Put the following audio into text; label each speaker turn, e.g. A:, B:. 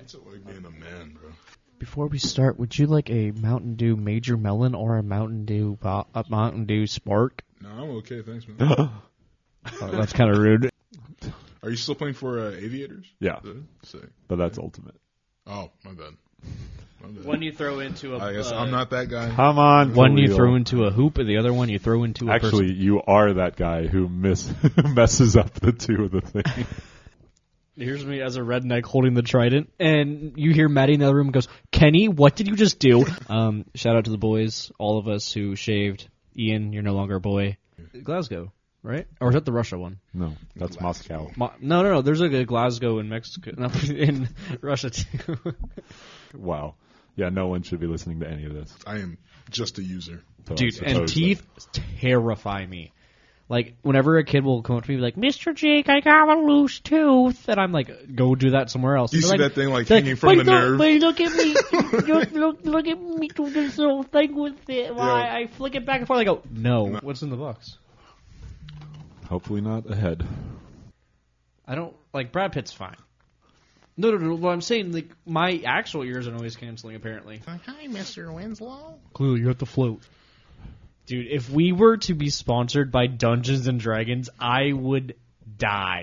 A: It's like being a man, bro.
B: Before we start, would you like a Mountain Dew Major Melon or a Mountain Dew bo- a Mountain Dew Spark?
A: No, I'm okay, thanks, man.
B: Oh, that's kind of rude.
A: Are you still playing for uh, Aviators?
C: Yeah,
A: Uh, Sick.
C: but that's ultimate.
A: Oh, my bad. My bad.
D: One you throw into a.
A: I guess
D: uh,
A: I'm not that guy.
C: Come on,
B: One you
C: Khalil.
B: throw into a hoop, and the other one you throw into a
C: Actually, you are that guy who miss messes up the two of the thing.
B: Here's me as a redneck holding the trident, and you hear Maddie in the other room goes, "Kenny, what did you just do?" um, shout out to the boys, all of us who shaved. Ian, you're no longer a boy. Glasgow, right? Or is that the Russia one?
C: No, that's Moscow.
B: Mo- no, no, no. There's like a Glasgow in Mexico, no, in Russia too.
C: Wow. Yeah, no one should be listening to any of this.
A: I am just a user.
C: So I
B: Dude, and
C: suppose
B: teeth terrify me. Like whenever a kid will come up to me and be like, "Mr. Jake, I got a loose tooth," and I'm like, "Go do that somewhere else."
A: You
B: They're
A: see
B: like,
A: that thing like
B: They're like,
A: hanging from the
B: "But
A: nerve?
B: Look, but look at me. look, look, look at me do this little thing with it. Why I, I flick it back and forth. I go, no. What's in the box?
C: that- Hopefully not ahead.
B: I don't like Brad Pitt's fine. No, no, no. Well, I'm saying like my actual ears are noise canceling. Apparently,
A: Hi, Mr. Winslow.
B: clue. You have to float, dude. If we were to be sponsored by Dungeons and Dragons, I would die.